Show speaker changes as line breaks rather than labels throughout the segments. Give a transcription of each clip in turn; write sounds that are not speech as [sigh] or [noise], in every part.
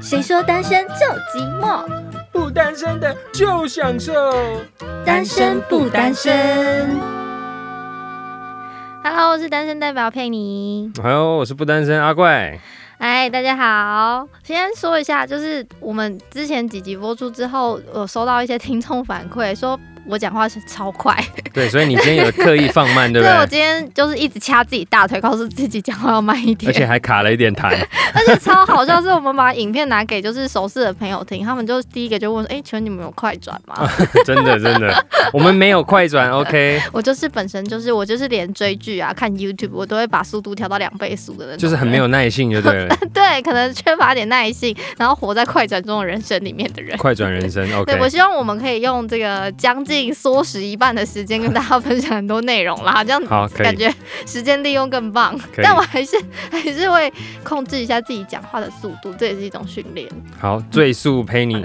谁说单身就寂寞？
不单身的就享受。
单身不单身
？Hello，我是单身代表佩妮。
哎呦，我是不单身阿怪。
哎，大家好，先说一下，就是我们之前几集播出之后，我收到一些听众反馈说。我讲话是超快，
对，所以你今天有刻意放慢，对不
[laughs]
对？
对我今天就是一直掐自己大腿，告诉自己讲话要慢一点，
而且还卡了一点痰。 [laughs]
而且 [laughs] 超好笑，是我们把影片拿给就是熟识的朋友听，他们就第一个就问说：“哎、欸，请问你们有快转吗？”
真的真的，我们没有快转，OK。
我就是本身就是我就是连追剧啊、看 YouTube，我都会把速度调到两倍速的那种，
就是很没有耐性，就对了。
[laughs] 对，可能缺乏点耐性，然后活在快转中的人生里面的人。
快转人生，OK。
对我希望我们可以用这个将近。缩时一半的时间跟大家分享很多内容啦，这样感觉时间利用更棒。但我还是还是会控制一下自己讲话的速度，这也是一种训练。
好，最速陪你。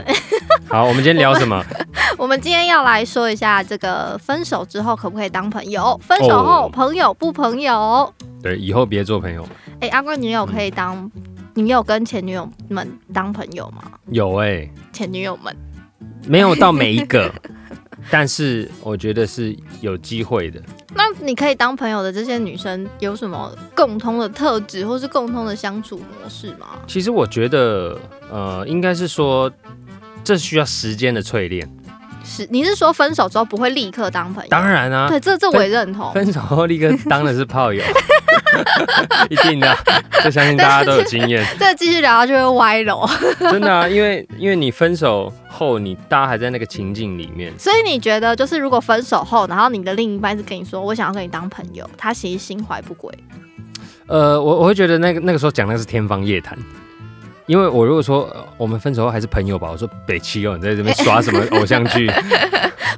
好，我们今天聊什
[laughs]
么
我？我们今天要来说一下这个分手之后可不可以当朋友？分手后、oh.
哦
朋友不朋友？
对，以后别做朋友。
哎、欸，阿贵女友可以当，嗯、你有跟前女友们当朋友吗？
有哎、欸，
前女友们
没有到每一
[laughs]
个。但是我觉得是有机会的。
那你可以当朋友的这些女生有什么共通的特质，或是共通的相处模式吗？
其实我觉得，呃，应该是说这需要时间的淬炼。
是，你是说分手之后不会立刻当朋友？
当然啊，
对，这这我也认同。
[laughs] 分手后立刻当的是炮 [laughs] 友，一定的，这相信大家都有经验。
这继续聊下去会歪楼。
[laughs]
[laughs]
真的啊，因为因为你分手。后你大家还在那个情境里面，
所以你觉得就是如果分手后，然后你的另一半是跟你说我想要跟你当朋友，他其实心怀不轨。
呃，我我会觉得那个那个时候讲那是天方夜谭，因为我如果说、呃、我们分手后还是朋友吧，我说北七哦，你在这边耍 [laughs] 什么偶像剧？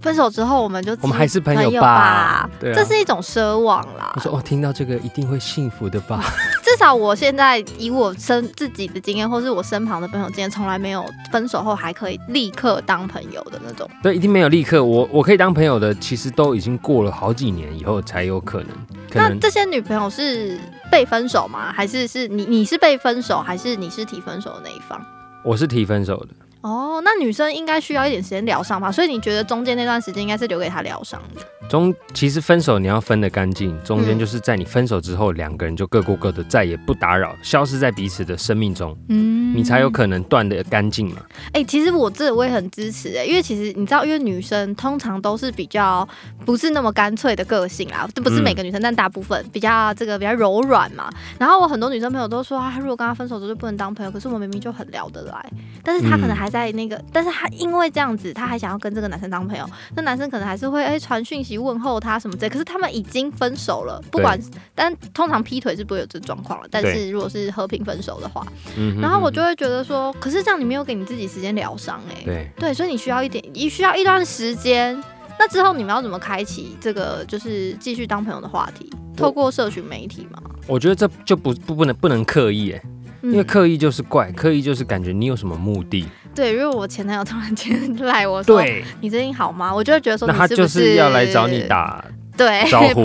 分手之后我们就
我们还是朋友吧，
对、啊，这是一种奢望啦。
我说哦，听到这个一定会幸福的吧？
至少我现在以我身自己的经验，或是我身旁的朋友之间，从来没有分手后还可以立刻当朋友的那种。
对，一定没有立刻。我我可以当朋友的，其实都已经过了好几年以后才有可能。可
能那这些女朋友是被分手吗？还是是你你是被分手，还是你是提分手的那一方？
我是提分手的。
哦，那女生应该需要一点时间疗伤吧？所以你觉得中间那段时间应该是留给她疗伤的？
中其实分手你要分得干净，中
嗯
间就是在你分手之后，两、嗯、个人就各过各的，再也不打扰，消失在彼此的生命中，嗯，你才有可能断得干净嘛。
哎、欸，其实我这我也很支持哎、欸，因为其实你知道，因为女生通常都是比较不是那么干脆的个性啦，不是每个女生，嗯、但大部分比较这个比较柔软嘛。然后我很多女生朋友都说啊，如果跟他分手之后就不能当朋友，可是我明明就很聊得来，但是她可能还。在那个，但是他因为这样子，他还想要跟这个男生当朋友，那男生可能还是会哎传讯息问候他什么之类。可是他们已经分手了，不管，但通常劈腿是不会有这状况了。但是如果是和平分手的话，嗯
嗯
然后我就会觉得说，可是这样你没有给你自己时间疗伤哎，
对
对，所以你需要一点，你需要一段时间。那之后你们要怎么开启这个就是继续当朋友的话题？透过社群媒体吗？
我觉得这就不不不能不能刻意哎、欸。
嗯
因为刻意就是怪，刻意就是感觉你有什么目的。
对，因为我前男友突然间 [laughs] 赖我说：“你最近好吗？”我就会觉得说
是是，那他就是要来找你打
对
招呼，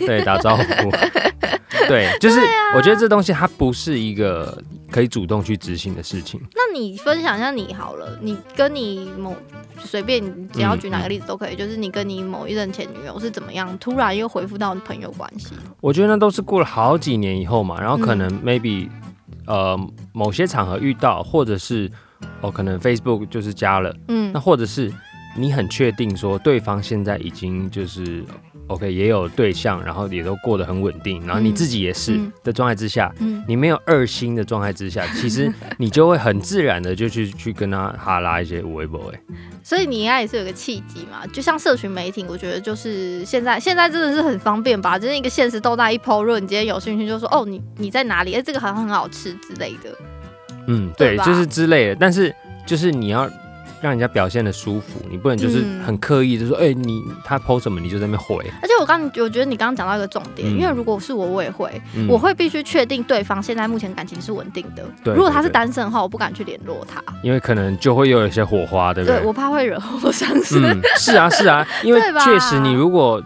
对
[laughs]
打招呼，对，就是
啊
我觉得这东西它不是一个可以主动去执行的事情。
那你分享一下你好了，你跟你某随便你只要举哪个例子都可以，嗯、就是你跟你某一任前女友是怎么样突然又恢复到朋友关系？
我觉得那都是过了好几年以后嘛，然后可能 maybe、嗯。呃，某些场合遇到，或者是哦，可能 Facebook 就是加了，嗯，那或者是你很确定说对方现在已经就是 OK 也有对象，然后也都过得很稳定，然后你自己也是的状态之下，嗯，嗯你没有二心的状态之下，嗯、其实你就会很自然的就去去跟他哈拉一些微博哎，
所以你应该也是有个契机嘛，就像社群媒体，我觉得就是现在现在真的是很方便吧，就是一个现实豆大一抛论，你今天有兴趣就说哦，你你在哪里？哎、欸，这个好像很好吃之类的。
嗯，对，對就是之类的，但是就是你要让人家表现的舒服，你不能就是很刻意就说，哎、嗯欸，你他 PO 什么你就在那边回。
而且我刚，我觉得你刚刚讲到一个重点，嗯、因为如果是我，我也会，嗯、我会必须确定对方现在目前感情是稳定的。
对，
如果他是单身的话，我不敢去联络他，
因为可能就会又有一些火花，对不对？嗯
对我怕会惹祸上身。
是啊，是啊，因为确实你如果。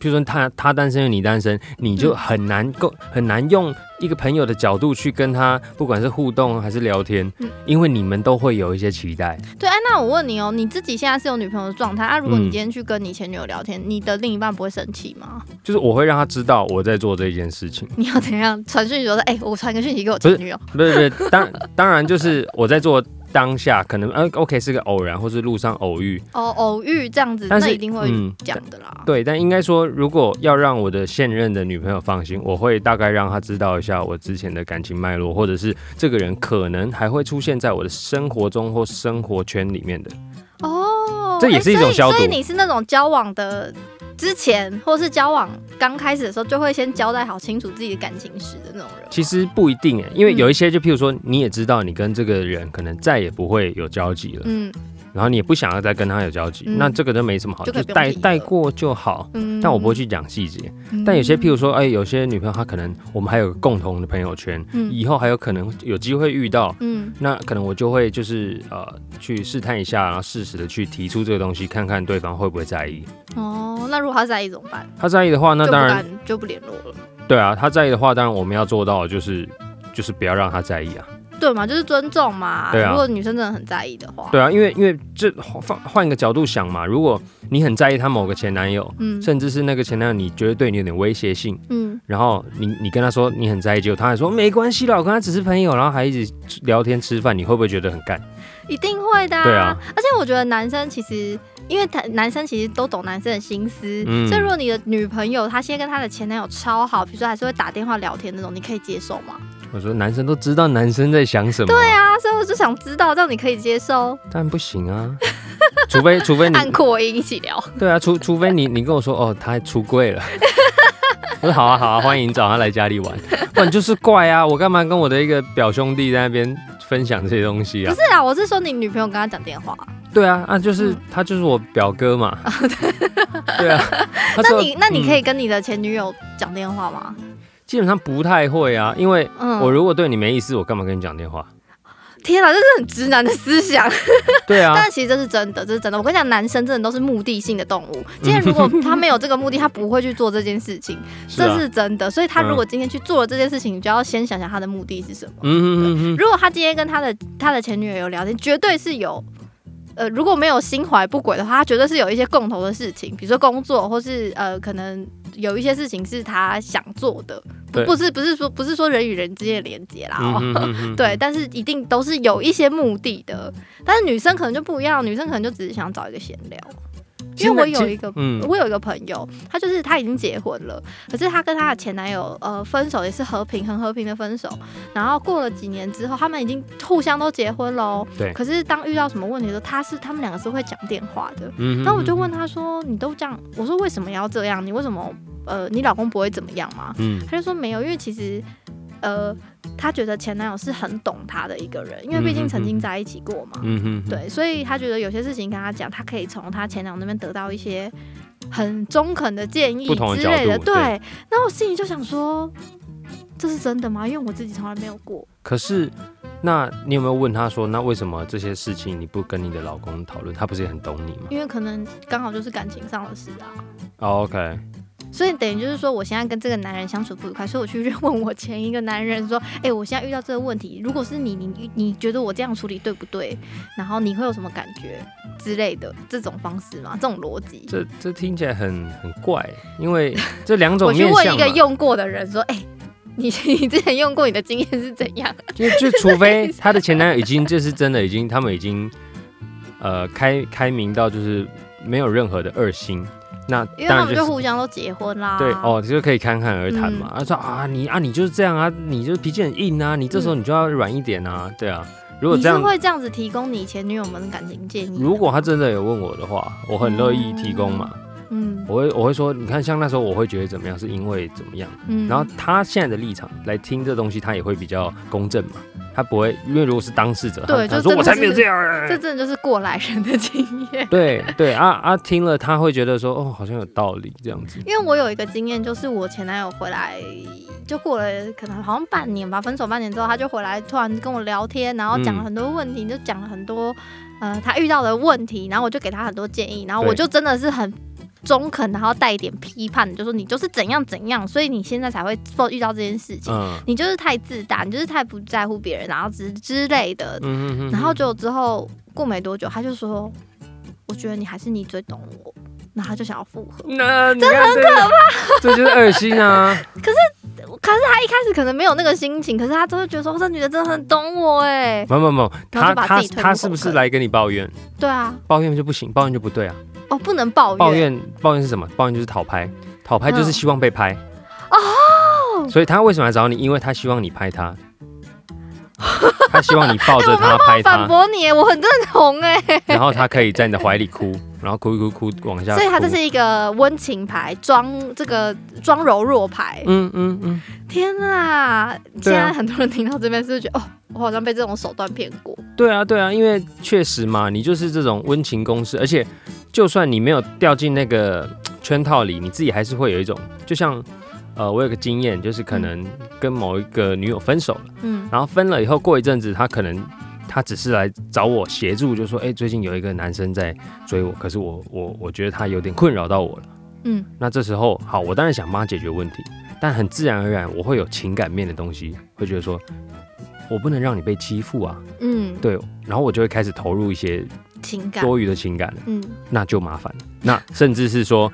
譬如说他他单身你单身，
嗯
你就很难够很难用一个朋友的角度去跟他，不管是互动还是聊天
嗯，
因为你们都会有一些期待。
[laughs] 对，哎、那我问你哦，你自己现在是有女朋友的状态啊？如果你
嗯
今天去跟你前女友聊天，你的另一半不会生气吗？
就是我会让他知道我在做这件事情，
你要怎样传讯息说，哎、我传个讯息给我
不
前
是
女友？
不是不是，当当然就是我在做当下，可能呃 OK 是个偶然，或是路上偶遇，
哦，偶遇这样子，
但是
那一定会
嗯
讲的啦。
对，但应该说，如果要让我的现任的女朋友放心，我会大概让她知道一下我之前的感情脉络，或者是这个人可能还会出现在我的生活中或生活圈里面的。
哦，
这也
哎
是一种
所以
消毒
所以你是那种交往的之前，或是交往刚开始的时候，就会先交代好清楚自己的感情史的那种人吗。
其实不一定诶，因
嗯
为有一些，就譬如说，你也知道你跟这个人可能再也不会有交集了，
嗯
然后你也不想要再跟他有交集，
嗯
那这个都没什么好，
就可以
就
不用
带
提了
带过就好。
嗯
但我不会去讲细节，
嗯
但有些，譬如说，哎、有些女朋友她可能我们还有个共同的朋友圈，
嗯
以后还有可能有机会遇到，
嗯
那可能我就会就是呃去试探一下，然后适时的去提出这个东西，看看对方会不会在意。
哦，那如果他在意怎么办？
他在意的话，那
就不
当然
敢就不联络了，
对啊，他在意的话，当然我们要做到的就是就是不要让他在意啊。
对嘛？就是尊重嘛。
对啊
如果女生真的很在意的话，
对啊，因为因为这换换一个角度想嘛，如果你很在意他某个前男友，
嗯
甚至是那个前男友你觉得对你有点威胁性，
嗯，
然后你你跟他说你很在意，结果他还说没关系啦，我跟他只是朋友，然后还一直聊天吃饭，你会不会觉得很干？
一定会的、
对啊，
而且我觉得男生其实。因为他男生其实都懂男生的心思，
嗯
所以如果你的女朋友她现在跟她的前男友超好，比如说还是会打电话聊天那种，你可以接受吗？
我说男生都知道男生在想什么，对啊，
啊，所以我就想知道，这样你可以接受
但不行啊，除非除
[laughs]
非你
按扩音一起聊，
对啊，除除非你你跟我说哦，他出柜了， [laughs] 我说好啊好啊，欢迎找他来家里玩，不然就是怪啊，我干嘛跟我的一个表兄弟在那边分享这些东西啊
不？是啊，我是说你女朋友跟他讲电话，
对啊，啊就是、
嗯
他就是我表
[laughs]
哥嘛，对啊，他
那
说
你那你可、以
嗯
跟你的前女友讲电话吗？
基本上不太会啊，因为
嗯，
我如果对你没意思，我干嘛跟你讲
[laughs]
电话？
天啊，这是很直男的思想，
对啊，
但其实这是真的，这是真的。我跟你讲，男生真的都是目的性的动物，今天如
[laughs]
果他没有这个目的，他不会去做这件事情，
啊
这是真的。所以他
嗯
如果今天去做了这件事情，你就要先想想他的目的是什么。
嗯嗯嗯
如果他今天跟他的他的前女友有聊天，绝对是有，呃，如果没有心怀不轨的话，他绝对是有一些共同的事情，比如说工作，或是呃，可能有一些事情是他想做的，不
对
不是不是说不是说人与人之间的连接啦、哦。
嗯嗯嗯嗯，
对，但是一定都是有一些目的的，但是女生可能就不一样，女生可能就只是想找一个闲聊。
其实
因为
那
我有
其实
一个
嗯
我有一个朋友，她就是她已经结婚了，可是她跟她的前男友呃分手也是和平，很和平的分手。然后过了几年之后，他们已经互相都结婚喽。
对
可是当遇到什么问题的时候，她是他们两个是会讲电话的。
嗯
那我就问，她说：“你都这样，我说为什么要这样？你为什么呃你老公不会怎么样吗？”
嗯
她就说没有，因为其实呃她觉得前男友是很懂她的一个人，因为毕竟曾经在一起过嘛。
嗯嗯，嗯，
对，所以她觉得有些事情跟她讲，她可以从她前男友那边得到一些很中肯的建议
不同的
之
角
类的。
度
对，那我心里就想说，这是真的吗？因为我自己从来没有过。
可是。那你有没有问他说，那为什么这些事情你不跟你的老公讨论？他不是也很懂你吗
因为可能刚好就是感情上的事啊，
哦？OK，
所以等于就是说，我现在跟这个男人相处不愉快，所以我去 [laughs] 问我前一个男人说，哎、我现在遇到这个问题，如果是你，你你觉得我这样处理对不对？然后你会有什么感觉之类的这种方式吗？这种逻辑，
这这听起来很很怪，因为
[laughs]
这两种
我去
面
问
向
一个
嘛，
用过的人说，哎、你 [laughs] 你之前用过，你的经验是怎样？
就就除非她的前男友已经就是真的已经他们已经呃开开明到就是没有任何的恶心，那
因为
当
他
然
们
就
就是互相都结婚啦。
对哦，就可以侃侃而
嗯
谈嘛。他、说啊你啊你就是这样啊，你就是脾气很硬啊，你这时候你就要软一点啊，对啊。如果
嗯你
这
是
样，
会这样子提供你前女友们的感情建议的吗？
如果他真的有问我的话，我很乐意提供嘛。
嗯
我会我会说，你看像那时候我会觉得怎么样，是因为怎么样。
嗯
然后他现在的立场来听这东西，他也会比较公正嘛，他不会，因为如果是当事者，他
对
他
就真
说
的
我才没有
是
这样
嗯这
欸，
真的就是过来人的经验。
对对啊啊，听了他会觉得说哦，好像有道理这样子，
因为我有一个经验，就是我前男友回来，就过了可能好像半年吧，分手半年之后，他就回来突然跟我聊天，然后讲了
嗯
很多问题，就讲了很多呃他遇到的问题，然后我就给他很多建议，然后我
对
就真的是很中肯，然后带一点批判，就说你就是怎样怎样，所以你现在才会受遇到这件事情。
嗯
你就是太自大，你就是太不在乎别人，然后之之类的。
嗯哼哼
然后就之后过没多久，他就说：“我觉得你还是你最懂我。”然后他就想要复合，
那这很可怕，这就是恶心啊！
可是他一开始可能没有那个心情，可是他就会觉得说：“这女的真的很懂我哎。
没有没有没有，
然后就
他
把
他
自己推入
他是不是
火坑
来跟你抱怨？”
对啊，
抱怨就不行，抱怨就不对啊！
哦，不能抱怨，
抱怨抱怨是什么？抱怨就是讨拍，讨拍就是希望被拍。
嗯哦
所以他为什么来找你？因为他希望你拍他， [laughs] 他希望你抱着
哎我没有
他
[laughs]
拍
反
他，
驳你耶，我很认同哎。
然后他可以在你的怀里哭，然后哭一哭哭往下哭。
所以他这是一个温情牌，装这个装柔弱牌。
嗯嗯嗯，
天啊！现
对啊
在很多人听到这边是不是觉得哦，我好像被这种手段骗过。
对啊对啊，因为确实嘛，你就是这种温情攻势，而且就算你没有掉进那个嘖圈套里，你自己还是会有一种，就像呃，我有个经验，就是可能跟某一个女友分手了。
嗯
然后分了以后，过一阵子，他可能他只是来找我协助，就说：“哎、最近有一个男生在追我，可是我我我觉得他有点困扰到我了。
嗯，”
那这时候，好，我当然想帮他解决问题，但很自然而然，我会有情感面的东西，会觉得说，我不能让你被欺负啊，
嗯，
对。然后我就会开始投入一些
情感。
多余的情感了，
嗯，
那就麻烦了。那甚至是说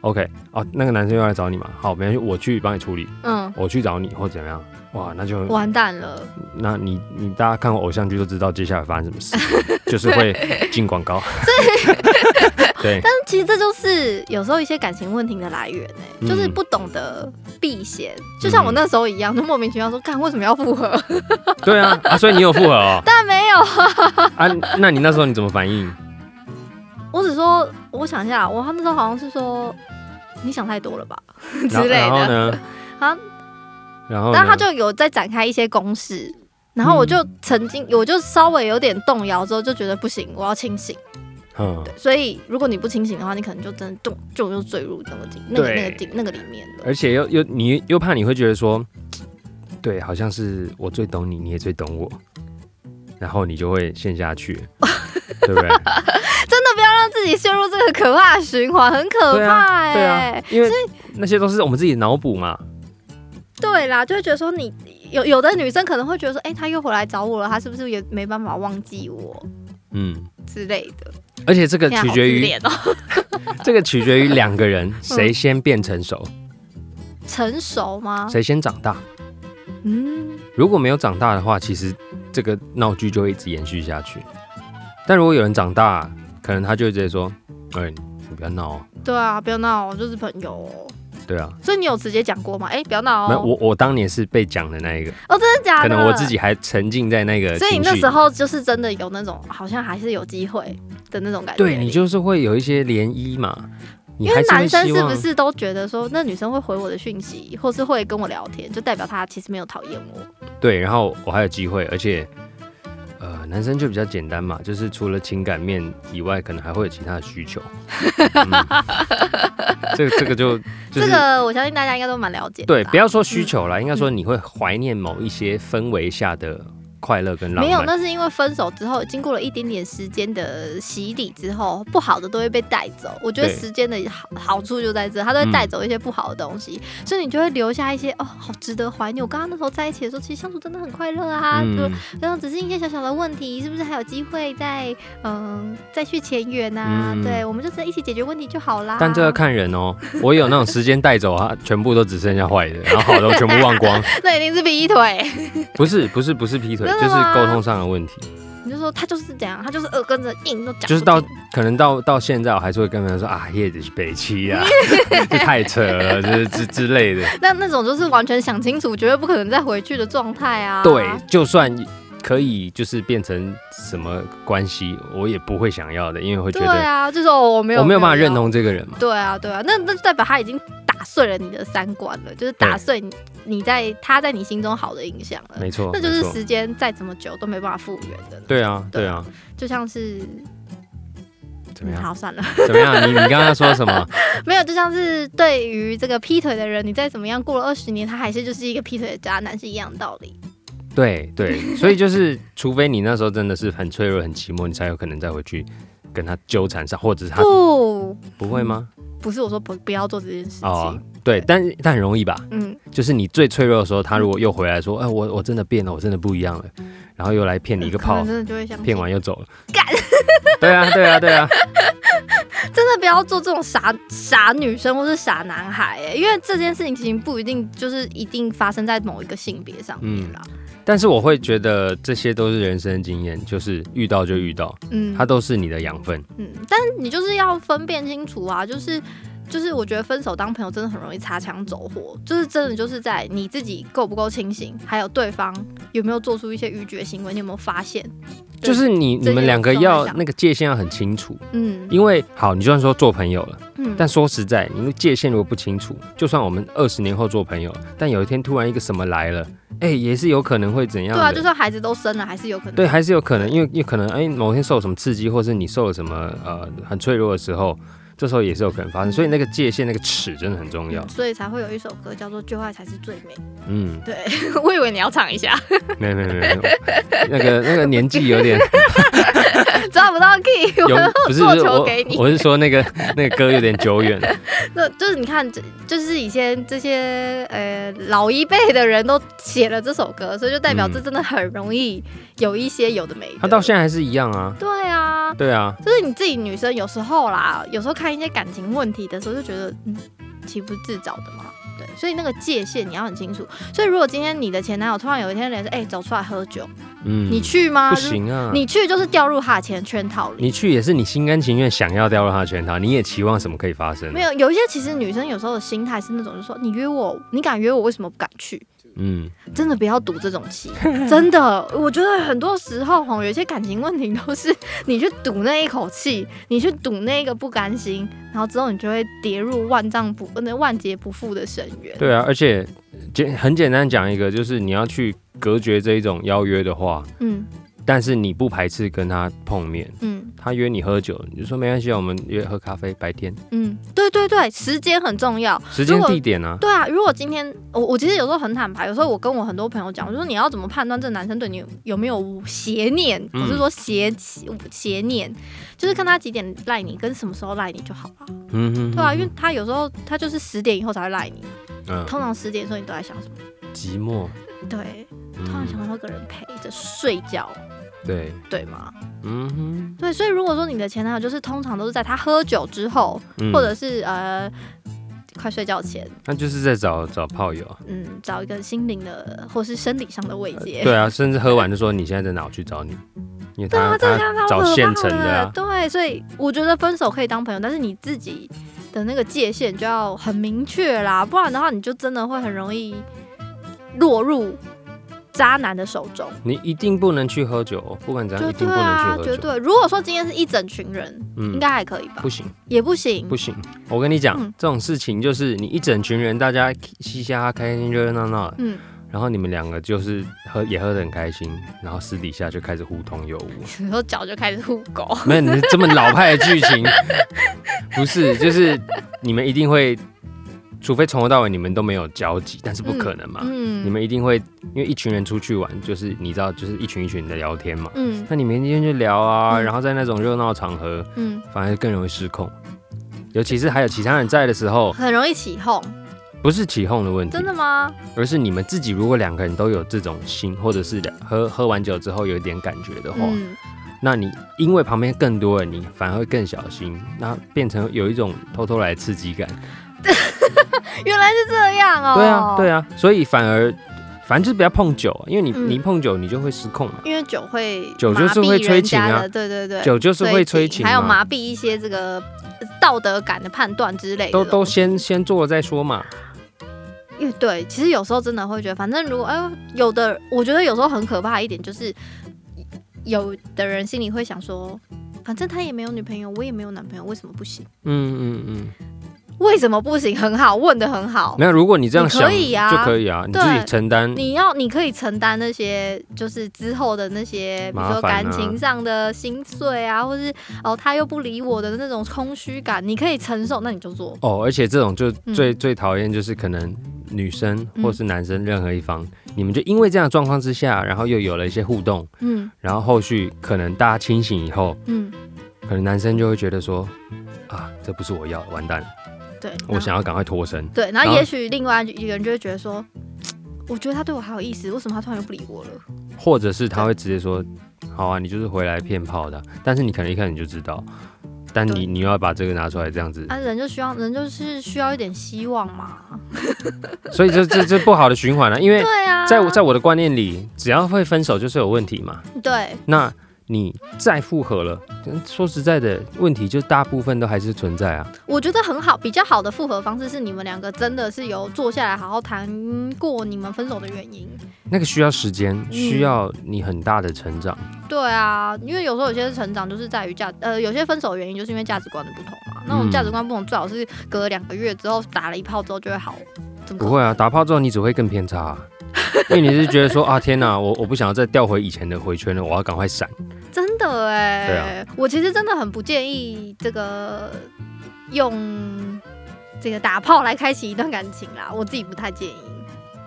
，OK，哦，那个男生又来找你嘛，好，没关系，我去帮你处理，
嗯，
我去找你或怎么样，哇，那就
完蛋了，
那你你大家看过偶像剧都知道接下来发生什
[laughs]
么事，就是会进广告。 [laughs] 对，
但其实这就是有时候一些感情问题的来源呢、欸
嗯
就是不懂得避嫌，就像我那时候一样，就莫名其妙说，干为什么要复合？ [laughs]
对啊，啊，所以你有复合哦
但没有，
啊？那你那时候你怎么反应？
我只说，我想一下，我那时候好像是说，你想太多了
[laughs]
吧 [laughs] 之
然后
类
然后
的，
呢？
啊，
然后呢
但他就有在展开一些攻势。然后我就
嗯
曾经，我就稍微有点动摇，之后就觉得不行，我要清醒。
嗯，
所以如果你不清醒的话，你可能就真的动就又坠入那个景那个那个景那个里面了。
而且又又你又怕你会觉得说，对，好像是我最懂你，你也最懂我，然后你就会陷下
[laughs]
去，对不对？
真的不要让自己陷入这个可怕的循环，很可
对
怕
啊，
哎、
对啊，因为那些都是我们自己脑补嘛。
对啦，就会觉得说你有有的女生可能会觉得说，哎、他又回来找我了，他是不是也没办法忘记我
嗯，
之类的？
而且这个
现在
取
好
决
自
于
恋哦，
[laughs]
[laughs] 嗯
这个取决于两个人谁先变成熟，
成熟吗？
谁先长大。
嗯，
如果没有长大的话，其实这个闹剧就会一直延续下去。但如果有人长大，可能他就会直接说：“哎、你不要闹哦。
对啊，不要闹，就是朋友哦。”
对啊，
所以你有直接讲过吗？哎、不要闹
没有
哦。
我我当年是被讲的那一个，
哦，真的假
可
的？
能我自。己还沉浸在那个
所以你
情
那
绪
时。候就是真的有那种好像还是有机会的那种感觉。
对你就是会有一些涟漪嘛，你
因
还
为
是会
男生
希
是不
望
是都觉得说，那女生会回我的讯息，或是会跟我聊天，就代表她其实没有讨厌我。
对，然后我还有机会，而且呃，男生就比较简单嘛，就是除了情感面以外，可能还会有其他的需求。
[laughs]
嗯、这个这个就就是
这个嗯我相信大家应该都蛮了解的吧。
对，不要说需求啦，应该说你会怀念某一些氛围下的快乐跟浪
没有，
漫。
那是因为分手之后，经过了一点点时间的洗礼之后，不好的都会被带走。我觉得
对
时间的好好处就在这，它都会带走一些不好的东西，
嗯
所以你就会留下一些哦，好值得怀念。我刚刚那时候在一起的时候，其实相处真的很快乐啊，
嗯
就然后只是一些小小的问题，是不是还有机会再嗯再续前缘啊？
嗯
对，我们就是一起解决问题就好啦。
但这个看人哦、我有那种时间带走啊，全部都只剩下坏的，然后好的我全部忘光。
那一定是劈腿。
[laughs] 不是不是不是劈腿，
真
就
的
是
吗
沟通上的问题。
你就说他就是怎样，他就是耳根子硬都讲不听，
就是到可能到到现在，我还是会跟别人说啊，叶子是北
[laughs]
七啊，这太扯了，就是之之类的。
那那种就是完全想清楚，绝对不可能再回去的状态啊。
对，就算可以就是变成什么关系，我也不会想要的，因为会觉
对
得
啊，就是哦我没有
我没有办法认。
没
同这个人嘛。
有对啊，对啊，那那就代表他已经打碎了你的三观了，就是打
对
碎你你在他在你心中好的印象了。
没错，
那就是
没错
时间再怎么久都没办法复原的。，
对啊，
对
对啊，
就像是
怎么
嗯
样？
好算了，
怎么样？你你刚刚说什么？
没有，就像是对于这个劈腿的人，你再怎么样过了二十年，他还是就是一个劈腿的渣男，是一样的道理。
对对，所以就是，除非你那时候真的是很脆弱、很寂寞，你才有可能再回去跟他纠缠上，或者是他
不，
不会吗？
不是我说不不要做这件事情。
哦，对，但但很容易吧？
嗯，
就是你最脆弱的时候，他如果又回来说，哎，我我真的变了，我真的不一样了，然后又来骗你一个
可能
炮，
真的就会想
骗完又走了，干， [laughs] 对啊，对啊，对啊，
真的不要做这种傻傻女生或是傻男孩、欸，因为这件事情其实不一定就是一定发生在某一个性别上面啦。
但是我会觉得这些都是人生经验，就是遇到就遇到，
嗯，
它都是你的养分。
嗯，但你就是要分辨清楚啊，就是。就是我觉得分手当朋友真的很容易擦枪走火，就是真的就是在你自己够不够清醒，还有对方有没有做出一些逾矩的行为，你有没有发现？对
就是你
这
你们
些
两个
都
要
很像
那个界限要很清楚，
嗯
因为好，你就算说做朋友了，
嗯，
但说实在，你那个界限如果不清楚，就算我们二十年后做朋友，但有一天突然一个什么来了，哎、也是有可能会怎样
对
的。
啊，就算孩子都生了，还是有可能。
对还是有可能，因为有可能哎、某天受什么刺激，或是你受了什么呃很脆弱的时候，这时候也是有可能发生。所以那个界限那个尺真的很重要
嗯。所以才会有一首歌叫做《旧爱才是最美 [laughs]
嗯，》。 [laughs]
对，我以为你要唱一下， [laughs]
没有没有没有，没有那个那个年纪有点
抓不到 key，我
有不是
做
不是
球
我
给你
我是说那个那个歌有点
[laughs]
久远了。
那就是你看，这就是以前这些呃老一辈的人都写了这首歌，所以就代表
嗯
这真的很容易有一些有的没的。
他到现在还是一样啊。
对啊，
对啊，
就是你自己女生有时候啦，有时候看一些感情问题的时候，就觉得嗯，岂不是自找的嘛？对，所以那个界限你要很清楚。所以如果今天你的前男友突然有一天连说，哎、走出来喝酒，
嗯，
啊你去吗？
不
就是
行啊，
你去就是掉入他的钱圈套里。
你去也是你心甘情愿想要掉入他的圈套，你也期望什么可以发生？啊
没有，有一些其实女生有时候的心态是那种，就说你约我，你敢约我，为什么不敢去？
嗯，
真的不要赌这种
[laughs]
气，真的，我觉得很多时候吼，有一些感情问题都是你去赌那一口气，你去赌那个不甘心，然后之后你就会跌入万丈不呃那万劫不复的深渊。
对啊，而且简很简单讲一个，就是你要去隔绝这一种邀约的话，
嗯
但是你不排斥跟他碰面，
嗯
他约你喝酒，你就说没关系，啊，我们约喝咖啡，白天
嗯，对对对，时间很重要。
时间
如果
地点啊，
对啊，如果今天我我其实有时候很坦白，有时候我跟我很多朋友讲，我就说你要怎么判断这男生对你有有没有邪念，
嗯
我是说邪邪念，就是看他几点赖你，跟什么时候赖你就好了。
嗯哼
对啊，
哼
因为他有时候他就是十点以后才会赖你，
嗯
通常十点的时候你都在想什么？
寂寞，
对，通常想
嗯，
要个人陪着睡觉，
对，
对吗？
嗯哼，
对，所以如果说你的前男友就是通常都是在他喝酒之后，
嗯
或者是呃快睡觉前，
那就是在找找炮友啊，
嗯，找一个心灵的或是生理上的慰藉。
对啊，甚至喝完就说你现在在哪，我去找你，因为
对啊，
他
这个看
他
好
找
可
现
怕
成的
了。
啊，
对，所以我觉得分手可以当朋友，但是你自己的那个界限就要很明确啦，不然的话你就真的会很容易落入渣男的手中。
你一定不能去喝酒哦，不管怎样，
绝
一
对
定不能
啊，
去
绝
喝酒。
对。如果说今天是一整群人，应
嗯，
该还可以吧
不？行
也不行
不。行，我跟你讲
嗯，
这种事情就是你一整群人，大家嘻嘻哈哈、开心、热热闹闹的，
嗯，
然后你们两个就是喝也喝得很开心，然后私底下就开始互通有无。
[laughs] 然后脚就开始互狗。
没有，你们这么老派的
[laughs]
剧情，不是，就是你们一定会，除非从头到尾你们都没有交集，但是不可 [laughs] 能嘛，你
嗯
们一定会，因为一群人出去玩，就是你知道，就是一群一群的聊天嘛。
嗯
那你们今天就聊啊，
嗯
然后在那种热闹场合， [laughs]
嗯，
反而更容易失控。尤其是还有其他人在的时候，
很容易起哄，
不是起哄的问题
真，的吗？
而是你们自己如果两个人都有这种心，或者是两喝喝完酒之后有一点感觉的话，
嗯，
那你因为旁边更多人，你反而会更小心，那变成有一种偷偷来的刺激感。
原来是这样哦。
对啊，对啊，所以反而反正就是不要碰酒，啊因为你、
嗯
你一碰酒你就会失控嘛，
因为酒会
酒就是
麻痹
会催
人
情啊
家的对对对，
酒就是会催情嘛
还有麻痹一些这个道德感的判断之类的东
都
西。哦
都先先做了再说嘛。
因为对，其实有时候真的会觉得，反正如果哎、有的我觉得有时候很可怕一点就是，有的人心里会想说，反正他也没有女朋友，我也没有男朋友，为什么不行？
嗯嗯嗯，
为什么不行？很好，问的很好。
那如果你这样
你可
想
以啊
就可以啊，你自
对
己承担。
你要，你可以承担那些，就是之后的那些，比如
麻
说
烦啊
感情上的心碎啊，或是哦他又不理我的那种空虚感，你可以承受，那你就做。
哦，而且这种就
嗯
最、最讨厌就是可能女生
嗯
或是男生任何一方，你们就因为这样的状况之下，然后又有了一些互动，
嗯
然后后续可能大家清醒以后，
嗯，
可能男生就会觉得说，啊，这不是我要的，完蛋了，
对，
我
然后
想要赶快脱身。
对，然
然
后
后
也许另外一个人就会觉得说，我觉得他对我还有意思，为什么他突然又不理我了？
或者是他会直接说：“好啊，你就是回来骗炮的啊。”但是你可能一看你就知道，但
对
你你又要把这个拿出来这样子，
啊，人就需要，人就是需要一点希望嘛。
所以这这这不好的循环了、因为
对啊，
在我在我的观念里，只要会分手就是有问题嘛。
对
那你再复合了，说实在的，问题就大部分都还是存在啊。
我觉得很好，比较好的复合方式是你们两个真的是有坐下来好好谈过你们分手的原因。
那个需要时间，需要你很大的成长。
对啊，因为有时候有些成长就是在于价，呃，有些分手的原因就是因为价值观的不同嘛。那种价
嗯
值观不同，最好是隔两个月之后打了一炮之后就会好，怎么可
不会啊，打炮之后你只会更偏差、啊，因为你是觉得说 [laughs] 啊，天哪，我我不想要再掉回以前的回圈了，我要赶快闪。
真的哎、
对啊
我其实真的很不建议这个用这个打炮来开启一段感情啦，我自己不太建议。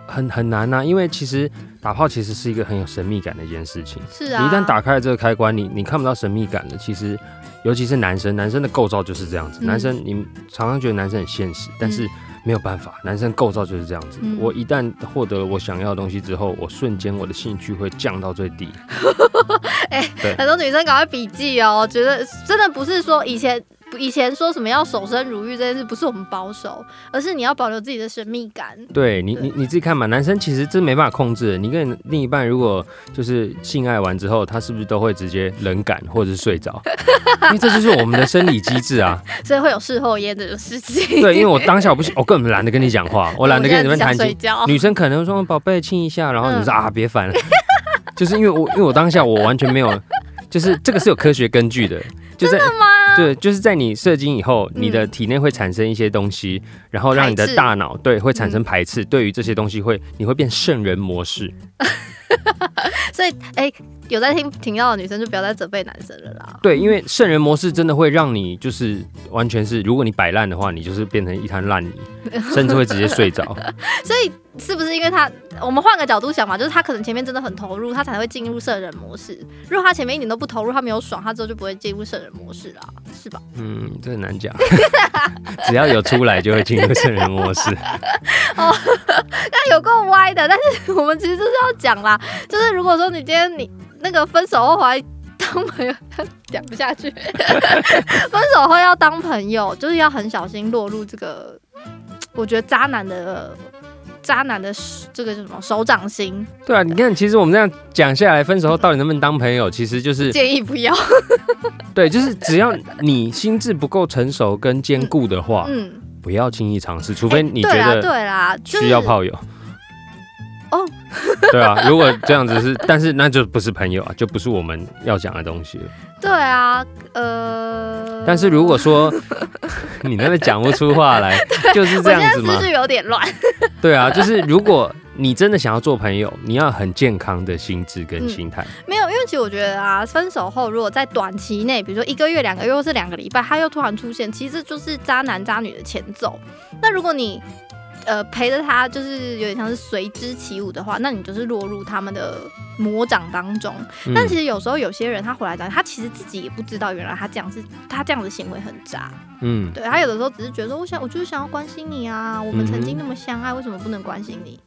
很很难呐、啊因为其实打炮其实是一个很有神秘感的一件事情。
是
你
啊，
一旦打开了这个开关，你你看不到神秘感了。其实，尤其是男生，男生的构造就是这样子。
嗯
男生你常常觉得男生很现实，但是没有办法，男生构造就是这样子。
嗯
我一旦获得了我想要的东西之后，我瞬间我的兴趣会降到最低。
很多女生赶快笔记哦，觉得真的不是说以前以前说什么要守身如玉这件事，不是我们保守，而是你要保留自己的神秘感。 [laughs]
对你，
对
你你自己看嘛，男生其实真没办法控制的。你跟另一半如果就是性爱完之后，他是不是都会直接冷感或者是睡着？ [laughs] 因为这就是我们的生理机制啊。 [laughs]
所以会有事后烟这种事情。
对，因为我当下我不想，我根本懒得跟你讲话，我懒得跟你
现
们
在
谈
只 [laughs] 想睡
心。
觉。
女生可能说宝贝亲一下，然后你说、
哦嗯
啊别烦了， [laughs] 就是因为我因为我当下我完全没有，就是这个是有科学根据的，就在
吗？
对，就是在你射精以后，你的
嗯
体内会产生一些东西，然后让
排
你的
斥嗯
大脑对会产生排斥，对于这些东西会你会变圣人模式。
所以哎、有在听听到的女生就不要再责备男生了啦。
对，因为圣人模式真的会让你就是完全是，如果你摆烂的话，你就是变成一滩
[laughs]
烂泥，甚至会直接睡着。
所以是不是因为他？我们换个角度想嘛，就是他可能前面真的很投入，他才会进入圣人模式。如果他前面一点都不投入，他没有爽，他之后就不会进入圣人模式啦，是吧？
嗯，这很难讲， [laughs] 只要有出来就会进入圣人模式。
那哎有够歪的，但是我们其实就是要讲啦，就是如果说你今天你那个分手后还当朋友， [laughs] 讲不下去，分手后要当朋友，就是要很小心落入这个，我觉得渣男的渣男的这个叫什么手掌心，
对啊，你看，其实我们这样讲下来，分手后到底能不能当朋友，其实就是
建议不要，
对，就是只要你心智不够成熟跟坚固的话，
嗯，哎
不要轻易尝试，除非你觉
对啦
得
对啦，就是
需要炮友。
哦，
[laughs] 对啊，如果这样子是，但是那就不是朋友啊，就不是我们要讲的东西了。
对啊，呃，
但是如
[laughs]
果说你那个讲不出话来，就是这
我现
样
在
子嘛
思。绪有点乱，
对啊，就是如果你真的想要做朋友，你要很健康的心智跟心态。
没有，因为其实我觉得啊，分手后如果在短期内，比如说一个月、两个月或是两个礼拜，他又突然出现，其实这就是渣男渣女的前奏。那如果你呃陪着他，就是有点像是随之起舞的话，那你就是落入他们的魔掌当中。
嗯
但其实有时候有些人他回来讲，他其实自己也不知道，原来他这样是他这样的行为很渣。
嗯，
对他有的时候只是觉得说，我想我就是想要关心你啊，我们曾
嗯
经
哼
那么相爱，为什么不能关心你？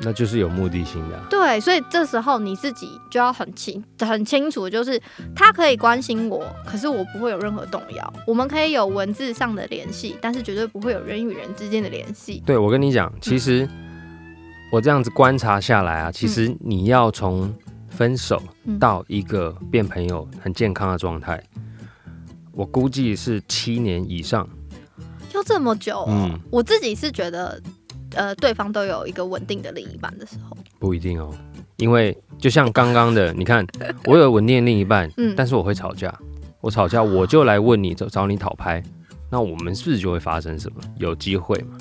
那就是有目的性的啊、
对，所以这时候你自己就要很清很清楚，就是他可以关心我，可是我不会有任何动摇。我们可以有文字上的联系，但是绝对不会有人与人之间的联系。
对我跟你讲，其实我这样子观察下来啊，其实你要从分手
嗯
到一个变朋友很健康的状态，我估计是七年以上。
要这么久、哦，
嗯，
我自己是觉得，呃，对方都有一个稳定的另一半的时候，
不一定哦，因为就像刚刚的，你看我有稳定的另一半，
嗯，
但是我会吵架，我吵架我就来问你找找你讨拍，那我们是不是就会发生什么？有机会嘛？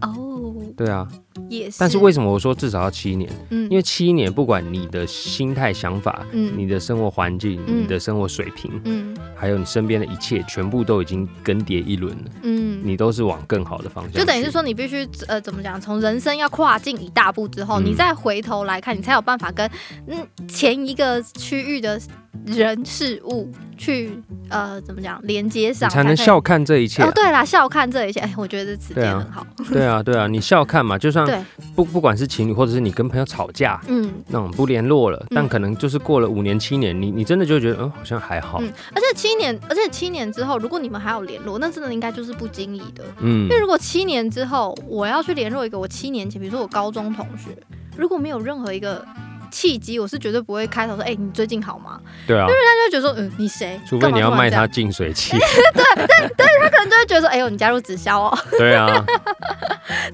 哦，
对啊，
也是。
但是为什么我说至少要七年？
嗯
因为七年，不管你的心态、想法、
嗯
你的生活环境、
嗯
你的生活水平，
嗯
还有你身边的一切，全部都已经更迭一轮了，
嗯，
你都是往更好的方向去。
就等于是说，你必须呃，怎么讲？从人生要跨进一大步之后，
嗯
你再回头来看，你才有办法跟嗯前一个区域的人事物去呃怎么讲连接
你
上，
才能
可以
笑看这一切啊、
哦，对啦，笑看这一切，哎，我觉得这词
对
典
啊
很好。
对啊，对啊，你笑看嘛，就算
对
不不管是情侣，或者是你跟朋友吵架。
嗯
那种不联络了，但可能就是过了五年七年，你你真的就会觉得，嗯，好像还好，
嗯，而且七年，而且七年之后，如果你们还有联络，那真的应该就是不经意的。
嗯
因为如果七年之后我要去联络一个我七年前，比如说我高中同学，如果没有任何一个契机，我是绝对不会开头说，哎、你最近好吗？
对啊，
他就会觉得说，嗯，你谁？
除非你要
干嘛突
卖
然这
他
样，
净水器， [laughs]
他可能就会觉得说，哎呦，你加入直销哦。 [laughs]
对啊，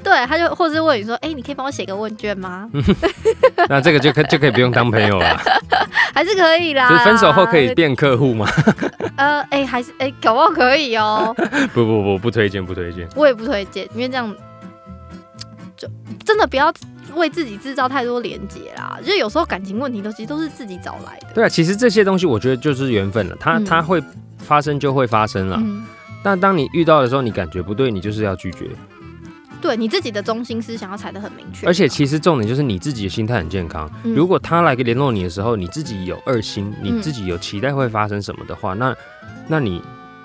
对，他就或者是问你说，哎、你可以帮我写个问卷吗？
嗯那这个就可就可以不用当朋友
[laughs]
了，
还是可以啦。
就是分手后可以。变客户吗？ [laughs]
呃，哎、还是哎、搞不好可以哦。
不不不，不推荐，不推荐。
我也不推荐，因为这样就真的不要为自己制造太多连结啦。就是有时候感情问题都其实都是自己找来的。
对啊，其实这些东西我觉得就是缘分了，它、
嗯
它会发生就会发生了。
嗯，
但当你遇到的时候，你感觉不对，你就是要拒绝。
对你自己的中心思想要踩得很明确。
而且其实重点就是你自己的心态很健康。
嗯
如果他来联络你的时候，你自己有二心，你
嗯
自己有期待会发生什么的话，那那你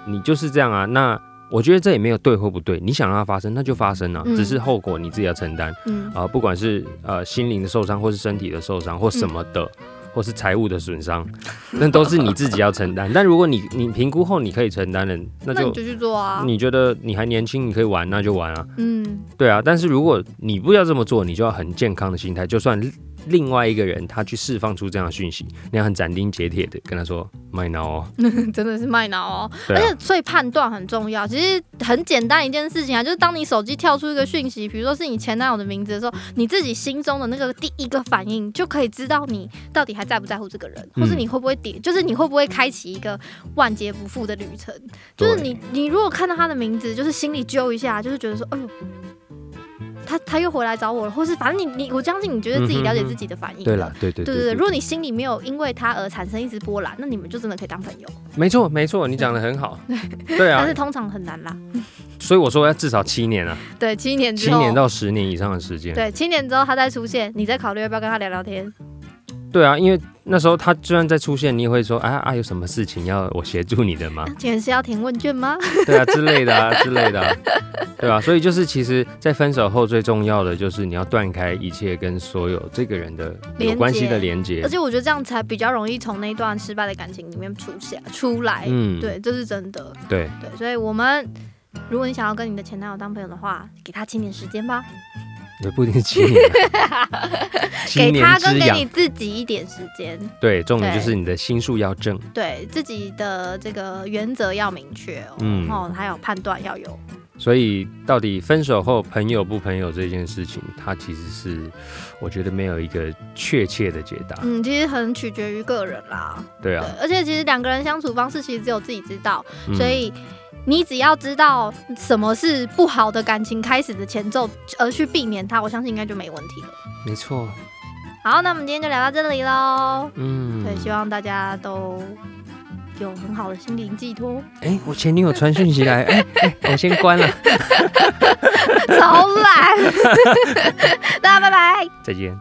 你就是这样啊。那我觉得这也没有对或不对，你想让它发生，那就发生了、啊
嗯
只是后果你自己要承担。
嗯
啊、不管是呃心灵的受伤，或是身体的受伤，或什么的，或是财务的损伤，
嗯
那都是你自己要承担。但如果你你评估后你可以承担了，
那
那就
你就去做啊。
你觉得你还年轻，你可以玩，那就玩啊，
嗯
对啊。但是如果你不要这么做，你就要很健康的心态，就算另。另外一个人他去释放出这样的讯息，你要很斩钉截铁的跟他说卖脑哦，
嗯 [laughs] 真的是卖脑哦。
对
而
啊
且所以判断很重要。其实很简单一件事情啊，就是当你手机跳出一个讯息，比如说是你前男友的名字的时候，你自己心中的那个第一个反应就可以知道你到底还在不在乎这个人，
嗯
或是你会不会点，就是你会不会开启一个万劫不复的旅程。就是你你如果看到他的名字，就是心里揪一下，就是觉得说，哎呦。他他又回来找我了，或是反正你你我相信你觉得自己了解
嗯
自己的反应、
对了，，对对
对对对。如果你心里没有因为他而产生一丝波澜，那你们就真的可以当朋友。
没错没错，你讲的很好，对啊
但是，通常很难啦。
所以我说要至少七年啊，
对，七年之
七
后，
年到十年以上的时间，
对七年之后他再出现，你再考虑要不要跟他聊聊天。
对啊，因为那时候他就算再出现，你也会说，啊啊，有什么事情要我协助你的吗？ [laughs]
今天是要填问卷吗？
对啊，之类的啊，之类的、啊，对啊，所以就是，其实，在分手后最重要的就是你要断开一切跟所有这个人的有关系的连接
而，且我觉得这样才比较容易从那段失败的感情里面出现出来。
嗯
对，这是真的。
对，
对，所以我们。如果你想要跟你的前男友当朋友的话，给他七年时间吧，
也不一定是七年
[laughs]
啊，七
给他
年
跟
之
给
痒
你，自己一点时间，
对，重点就是你的心术要正，
对自己的这个原则要明确哦，
嗯
哦，还有判断要有，
所以到底分手后朋友不朋友这件事情，它其实是我觉得没有一个确切的解答，
嗯，其实很取决于个人啦，
对啊
对，，而且其实两个人相处方式其实只有自己知道，
嗯
所以你只要知道什么是不好的感情开始的前奏，而去避免它，我相信应该就没问题了。
没错，
好，那我们今天就聊到这里喽。
嗯，
对，希望大家都有很好的心灵寄托，
哎、我前女友传讯息来，哎、哎我先关了，
超懒。大家拜拜。
再见。